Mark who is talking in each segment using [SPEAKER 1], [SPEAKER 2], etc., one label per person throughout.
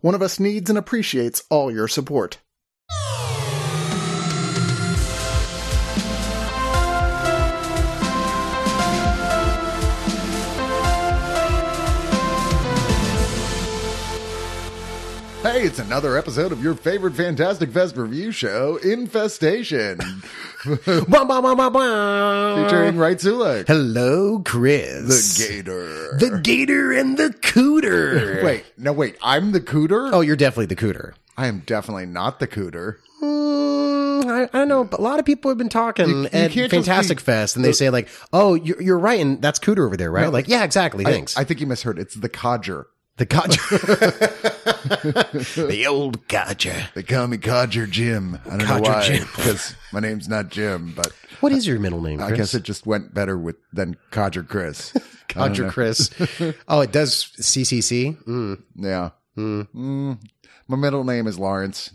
[SPEAKER 1] One of us needs and appreciates all your support.
[SPEAKER 2] Hey, it's another episode of your favorite Fantastic Fest review show, Infestation,
[SPEAKER 1] Uh,
[SPEAKER 2] featuring Right Zulek,
[SPEAKER 3] Hello, Chris.
[SPEAKER 2] the Gator.
[SPEAKER 3] The gator and the cooter.
[SPEAKER 2] wait, no, wait. I'm the cooter.
[SPEAKER 3] Oh, you're definitely the cooter.
[SPEAKER 2] I am definitely not the cooter.
[SPEAKER 3] Mm, I, I don't know, but a lot of people have been talking
[SPEAKER 2] You- you
[SPEAKER 3] at
[SPEAKER 2] can't just
[SPEAKER 3] Fantastic
[SPEAKER 2] be-
[SPEAKER 3] Fest, and they say like, "Oh, you're, you're right, and that's Cooter over there, right?" like, yeah, exactly. Thanks.
[SPEAKER 2] I think you misheard. It's the codger.
[SPEAKER 3] the codger, the old codger.
[SPEAKER 2] They call me Codger Jim. I don't
[SPEAKER 3] Codger
[SPEAKER 2] know why,
[SPEAKER 3] Jim.
[SPEAKER 2] because my name's not Jim, but
[SPEAKER 3] What is your middle name?
[SPEAKER 2] I
[SPEAKER 3] Chris?
[SPEAKER 2] guess it just went better with than Codger Chris.
[SPEAKER 3] Codger Chris. oh, it does CCC. Mm.
[SPEAKER 2] yeah. Mm. My middle name is Lawrence.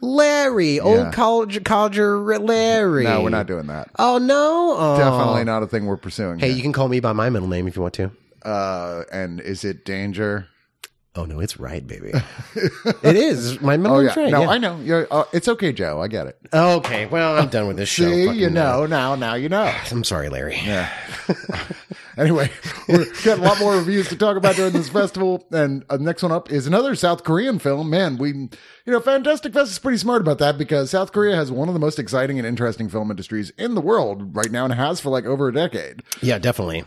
[SPEAKER 3] Larry,
[SPEAKER 2] Yeah.
[SPEAKER 3] old college codger Larry.
[SPEAKER 2] No, we're not doing that.
[SPEAKER 3] Oh no, oh.
[SPEAKER 2] Definitely not a thing we're pursuing.
[SPEAKER 3] Hey,
[SPEAKER 2] here.
[SPEAKER 3] you can call me by my middle name if you want to.
[SPEAKER 2] uh, and is it danger?
[SPEAKER 3] Oh no, it's right, baby. it is my middle
[SPEAKER 2] Oh yeah,
[SPEAKER 3] name's right.
[SPEAKER 2] no,
[SPEAKER 3] yeah.
[SPEAKER 2] I know. You're, uh, it's okay, Joe. I get it.
[SPEAKER 3] Okay, well, I'm done with this show.
[SPEAKER 2] See,
[SPEAKER 3] Fucking,
[SPEAKER 2] you
[SPEAKER 3] uh,
[SPEAKER 2] know now. Now you know.
[SPEAKER 3] I'm sorry, Larry.
[SPEAKER 2] Anyway, we've got a lot more reviews to talk about during this festival. And uh, next one up is another South Korean film. Man, we, you know, Fantastic Fest is pretty smart about that because South Korea has one of the most exciting and interesting film industries in the world right now and has for like over a decade.
[SPEAKER 3] Yeah, definitely.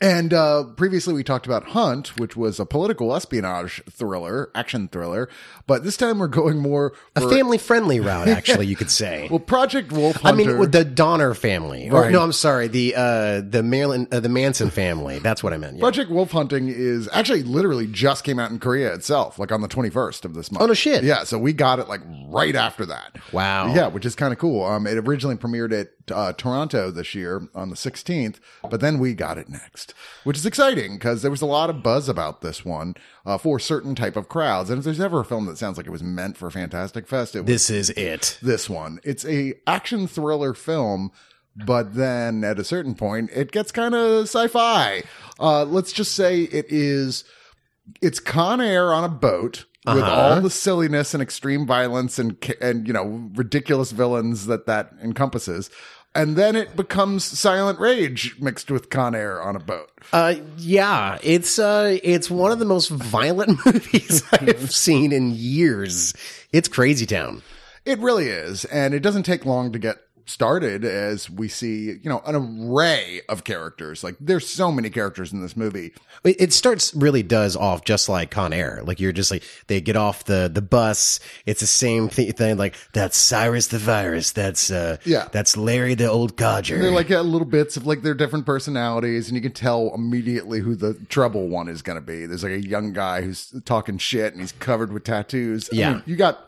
[SPEAKER 2] And uh, previously we talked about Hunt, which was a political espionage thriller, action thriller. But this time we're going more
[SPEAKER 3] A
[SPEAKER 2] for,
[SPEAKER 3] family friendly route, actually, you could say.
[SPEAKER 2] well, Project Wolf
[SPEAKER 3] I
[SPEAKER 2] Hunter.
[SPEAKER 3] mean, with the Donner family. Or,
[SPEAKER 2] Right.
[SPEAKER 3] No, I'm sorry, the uh, the Maryland, uh, the Manson family. That's what I meant. Yeah.
[SPEAKER 2] Project Wolf Hunting is actually literally just came out in Korea itself, like on the 21st of this month.
[SPEAKER 3] Oh, no shit.
[SPEAKER 2] Yeah, so we got it like right after that.
[SPEAKER 3] Wow.
[SPEAKER 2] Yeah, which is kind of cool. Um, it originally premiered at uh, Toronto this year on the 16th, but then we got it next, which is exciting because there was a lot of buzz about this one uh, for certain type of crowds. And if there's ever a film that sounds like it was meant for Fantastic Fest, it was
[SPEAKER 3] This is it.
[SPEAKER 2] this one. It's a action thriller film, but then at a certain point, it gets kind of sci-fi. Uh, let's just say it is. It's Con Air on a boat with all the silliness and extreme violence and ca- and you know ridiculous villains that that encompasses. And then it becomes Silent Rage mixed with Con Air on a boat.
[SPEAKER 3] Uh, yeah, it's uh, it's one of the most violent movies I've seen in years. It's Crazy Town.
[SPEAKER 2] It really is. And it doesn't take long to get started as we see, you know, an array of characters. Like there's so many characters in this movie.
[SPEAKER 3] It it starts really does off just like Con Air. Like you're just like they get off the the bus. It's the same thi- thing. Like that's Cyrus the virus. That's uh
[SPEAKER 2] Yeah.
[SPEAKER 3] That's Larry the old codger.
[SPEAKER 2] They're like yeah, little bits of like their different personalities, and you can tell immediately who the trouble one is going to be. There's like a young guy who's talking shit, and he's covered with tattoos. I
[SPEAKER 3] Yeah.
[SPEAKER 2] mean, you got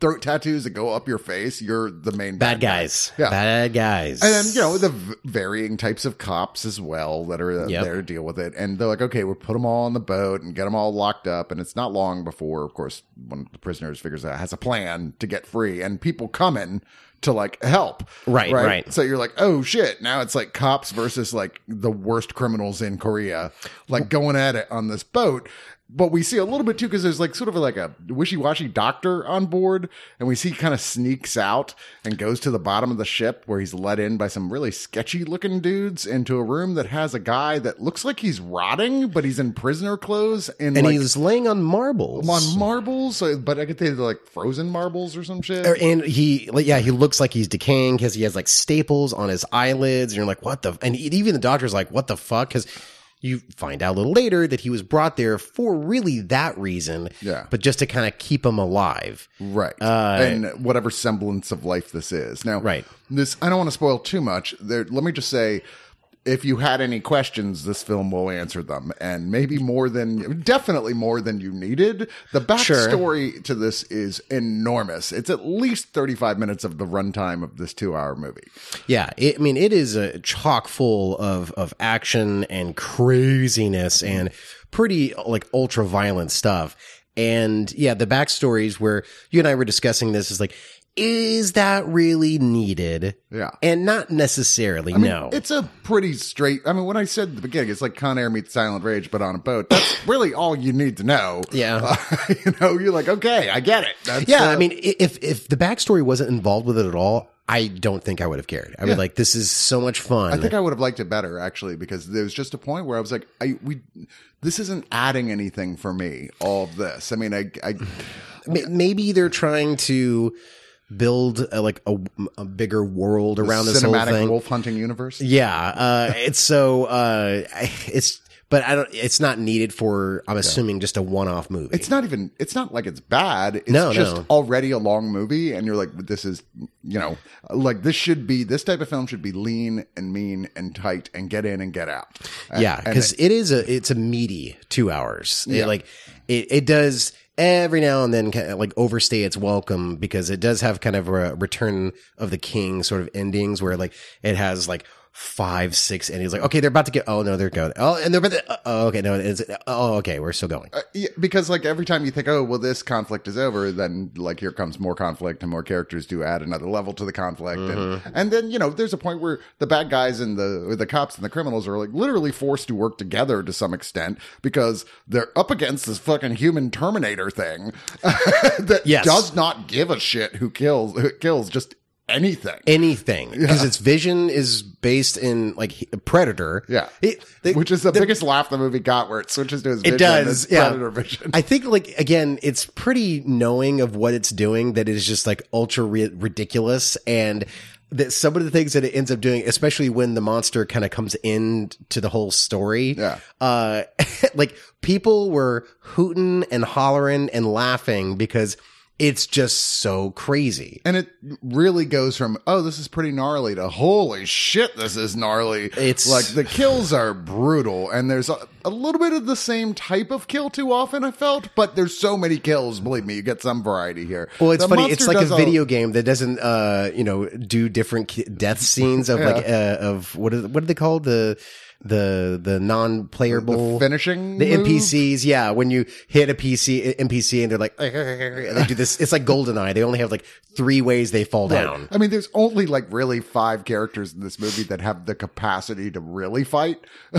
[SPEAKER 2] throat tattoos that go up your face. You're the main
[SPEAKER 3] bad guys.
[SPEAKER 2] Yeah.
[SPEAKER 3] Bad guys.
[SPEAKER 2] and you know the v- varying types of cops as well that are uh,
[SPEAKER 3] Yep.
[SPEAKER 2] there to deal with it and they're like okay we'll put them all on the boat and get them all locked up and it's not long before of course one of the prisoners figures out has a plan to get free and people coming to like help
[SPEAKER 3] Right, right.
[SPEAKER 2] so you're like oh shit now it's like cops versus like the worst criminals in korea like going at it on this boat but we see a little bit too because there's like sort of like a wishy-washy doctor on board and we see he kind of sneaks out and goes to the bottom of the ship where he's let in by some really sketchy looking dudes into a room that has a guy that looks like he's rotting but he's in prisoner clothes and,
[SPEAKER 3] and
[SPEAKER 2] like
[SPEAKER 3] he's laying on marbles.
[SPEAKER 2] on marbles so- but i could think they're like frozen marbles or some shit
[SPEAKER 3] Or- Er, and he, like, yeah, he looks like he's decaying because he has like staples on his eyelids. And you're like, what the? And e- even the doctor's like, what the fuck? Because you find out a little later that he was brought there for really that reason.
[SPEAKER 2] Yeah.
[SPEAKER 3] But just to kind of keep him alive.
[SPEAKER 2] Right.
[SPEAKER 3] Uh,
[SPEAKER 2] and whatever semblance of life this is. Now,
[SPEAKER 3] Right.
[SPEAKER 2] this I don't want to spoil too much. There let me just say if you had any questions, this film will answer them, and maybe more than definitely more than you needed. The backstory to this is enormous. It's at least thirty-five minutes of the runtime of this two-hour movie.
[SPEAKER 3] Yeah, it, I mean, it is a chock full of of action and craziness and pretty like ultra violent stuff. And yeah, the backstories where you and I were discussing this is like, is that really needed?
[SPEAKER 2] Yeah.
[SPEAKER 3] And not necessarily.
[SPEAKER 2] I mean,
[SPEAKER 3] no,
[SPEAKER 2] It's a pretty straight. I mean, when I said at the beginning, it's like Con Air meets Silent Rage, but on a boat. That's really all you need to know.
[SPEAKER 3] Yeah.
[SPEAKER 2] Uh, you know, you're like, okay, I get it. That's,
[SPEAKER 3] yeah.
[SPEAKER 2] uh,
[SPEAKER 3] I mean, i- if if the backstory wasn't involved with it at all, I don't think I would have cared. I would
[SPEAKER 2] Yeah.
[SPEAKER 3] like, this is so much fun.
[SPEAKER 2] I think I would have liked it better actually because there was just a point where I was like, I we, this isn't adding anything for me. All of this. I mean, I, I
[SPEAKER 3] Ma- maybe they're trying to build a, like a, a bigger world around this whole
[SPEAKER 2] cinematic
[SPEAKER 3] thing.
[SPEAKER 2] wolf hunting universe.
[SPEAKER 3] Yeah, uh, it's so uh, it's but I don't. It's not needed for. I'm assuming just a one-off movie.
[SPEAKER 2] It's not even. It's not like it's bad. It's
[SPEAKER 3] No,
[SPEAKER 2] just
[SPEAKER 3] no.
[SPEAKER 2] already a long movie, and you're like, this is, you know, like this should be. This type of film should be lean and mean and tight and get in and get out. And-
[SPEAKER 3] yeah,
[SPEAKER 2] uh, and
[SPEAKER 3] because it is a it's a meaty two hours. It,
[SPEAKER 2] Yeah.
[SPEAKER 3] like it, it does every now and then kind of like overstay its welcome because it does have kind of a return of the king sort of endings where like it has like five six endings like okay they're about to get oh no they're going oh and they're about to, oh okay no it's oh okay we're still going
[SPEAKER 2] Uh, yeah, because like every time you think, oh well, this conflict is over, then like here comes more conflict and more characters do add another level to the conflict,
[SPEAKER 3] Mm-hmm.
[SPEAKER 2] and and then you know there's a point where the bad guys and the or the cops and the criminals are like literally forced to work together to some extent because they're up against this fucking human Terminator thing that
[SPEAKER 3] Yes.
[SPEAKER 2] does not give a shit who kills who kills just anything.
[SPEAKER 3] anything because its vision is based in like he- predator
[SPEAKER 2] Yeah.
[SPEAKER 3] It- they-
[SPEAKER 2] which is the, biggest laugh the movie got, where it switches to his vision
[SPEAKER 3] It
[SPEAKER 2] and
[SPEAKER 3] does,
[SPEAKER 2] his
[SPEAKER 3] yeah.
[SPEAKER 2] predator vision.
[SPEAKER 3] I think like again, it's pretty knowing of what it's doing that it is just like ultra ri- ridiculous and that some of the things that it ends up doing, especially when the monster kind of comes in to the whole story.
[SPEAKER 2] Yeah.
[SPEAKER 3] Uh, like people were hooting and hollering and laughing because it's just so crazy.
[SPEAKER 2] And it really goes from, oh, this is pretty gnarly to holy shit, this is gnarly.
[SPEAKER 3] It's-
[SPEAKER 2] like the kills are brutal. And there's a, a little bit of the same type of kill too often, I felt, but there's so many kills. Believe me, you get some variety here.
[SPEAKER 3] Well, it's
[SPEAKER 2] The
[SPEAKER 3] funny.
[SPEAKER 2] monster
[SPEAKER 3] It's like a
[SPEAKER 2] does
[SPEAKER 3] video game that doesn't, uh, you know, do different ki- death scenes of like uh, of what is what are they called the the the non-playable
[SPEAKER 2] The finishing.
[SPEAKER 3] the
[SPEAKER 2] move.
[SPEAKER 3] NPCs, yeah. When you hit a PC NPC and they're like, and they do this. It's like Goldeneye. They only have like three ways they fall down.
[SPEAKER 2] I mean, there's only like really five characters in this movie that have the capacity to really fight.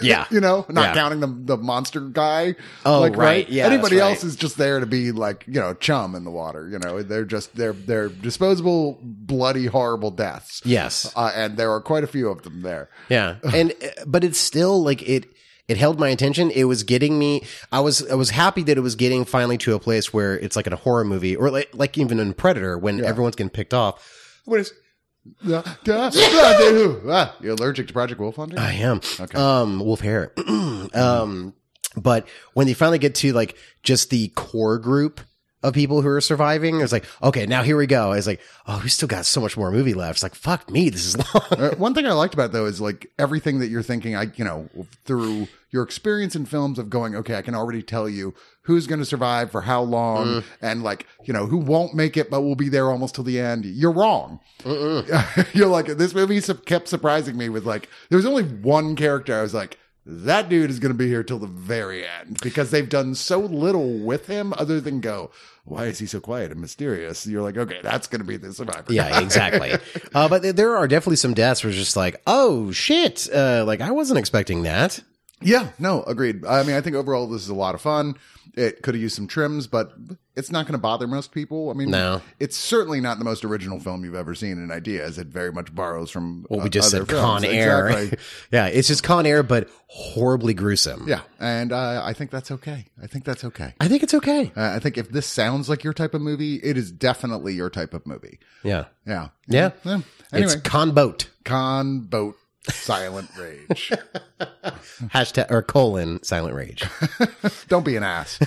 [SPEAKER 3] Yeah.
[SPEAKER 2] you know, not
[SPEAKER 3] Yeah.
[SPEAKER 2] counting the the monster guy.
[SPEAKER 3] Oh, right. Yeah,
[SPEAKER 2] Anybody
[SPEAKER 3] that's right.
[SPEAKER 2] else is just there to be like you know chum in the water. You know, they're just they're they're disposable, bloody, horrible deaths.
[SPEAKER 3] Yes.
[SPEAKER 2] uh, and there are quite a few of them there.
[SPEAKER 3] Yeah. And uh, but it's still like it it held my attention. It was getting me I was I was happy that it was getting finally to a place where it's like in a horror movie or like like even in Predator when everyone's getting picked off. When it's
[SPEAKER 2] Da- da- da- do. Ah, You're allergic to Project Wolf Hunter?
[SPEAKER 3] I am. Um, wolf hair. um, but when they finally get to like just the core group of people who are surviving, it's like, okay, now here we go. It's like, oh, we still got so much more movie left. It's like, fuck me, this is long.
[SPEAKER 2] Uh, one thing I liked about it, though is like everything that you're thinking. I you know through your experience in films of going, okay, I can already tell you who's going to survive for how long, and like you know who won't make it but will be there almost till the end. You're wrong. you're like this movie su- kept surprising me with like there was only one character I was like. That dude is going to be here till the very end because they've done so little with him other than go, why is he so quiet and mysterious? You're like, okay, that's going to be the survivor.
[SPEAKER 3] yeah, exactly. Uh, but th- there are definitely some deaths where it's just like, oh shit, uh, like I wasn't expecting that.
[SPEAKER 2] Yeah, no, agreed. I mean, I think overall this is a lot of fun. It could have used some trims, but it's not going to bother most people. I mean,
[SPEAKER 3] No.
[SPEAKER 2] it's certainly not the most original film you've ever seen in ideas. It very much borrows from
[SPEAKER 3] What
[SPEAKER 2] uh,
[SPEAKER 3] we just
[SPEAKER 2] other
[SPEAKER 3] said, Con
[SPEAKER 2] films.
[SPEAKER 3] Air.
[SPEAKER 2] Exactly.
[SPEAKER 3] yeah, it's just Con Air, but horribly gruesome.
[SPEAKER 2] yeah, and uh, I think that's okay. I think that's okay.
[SPEAKER 3] I think it's okay.
[SPEAKER 2] Uh, I think if this sounds like your type of movie, it is definitely your type of movie.
[SPEAKER 3] Yeah,
[SPEAKER 2] Yeah,
[SPEAKER 3] yeah.
[SPEAKER 2] yeah. Anyway,
[SPEAKER 3] It's con boat
[SPEAKER 2] con boat silent rage.
[SPEAKER 3] hashtag or colon silent rage.
[SPEAKER 2] Don't be an ass.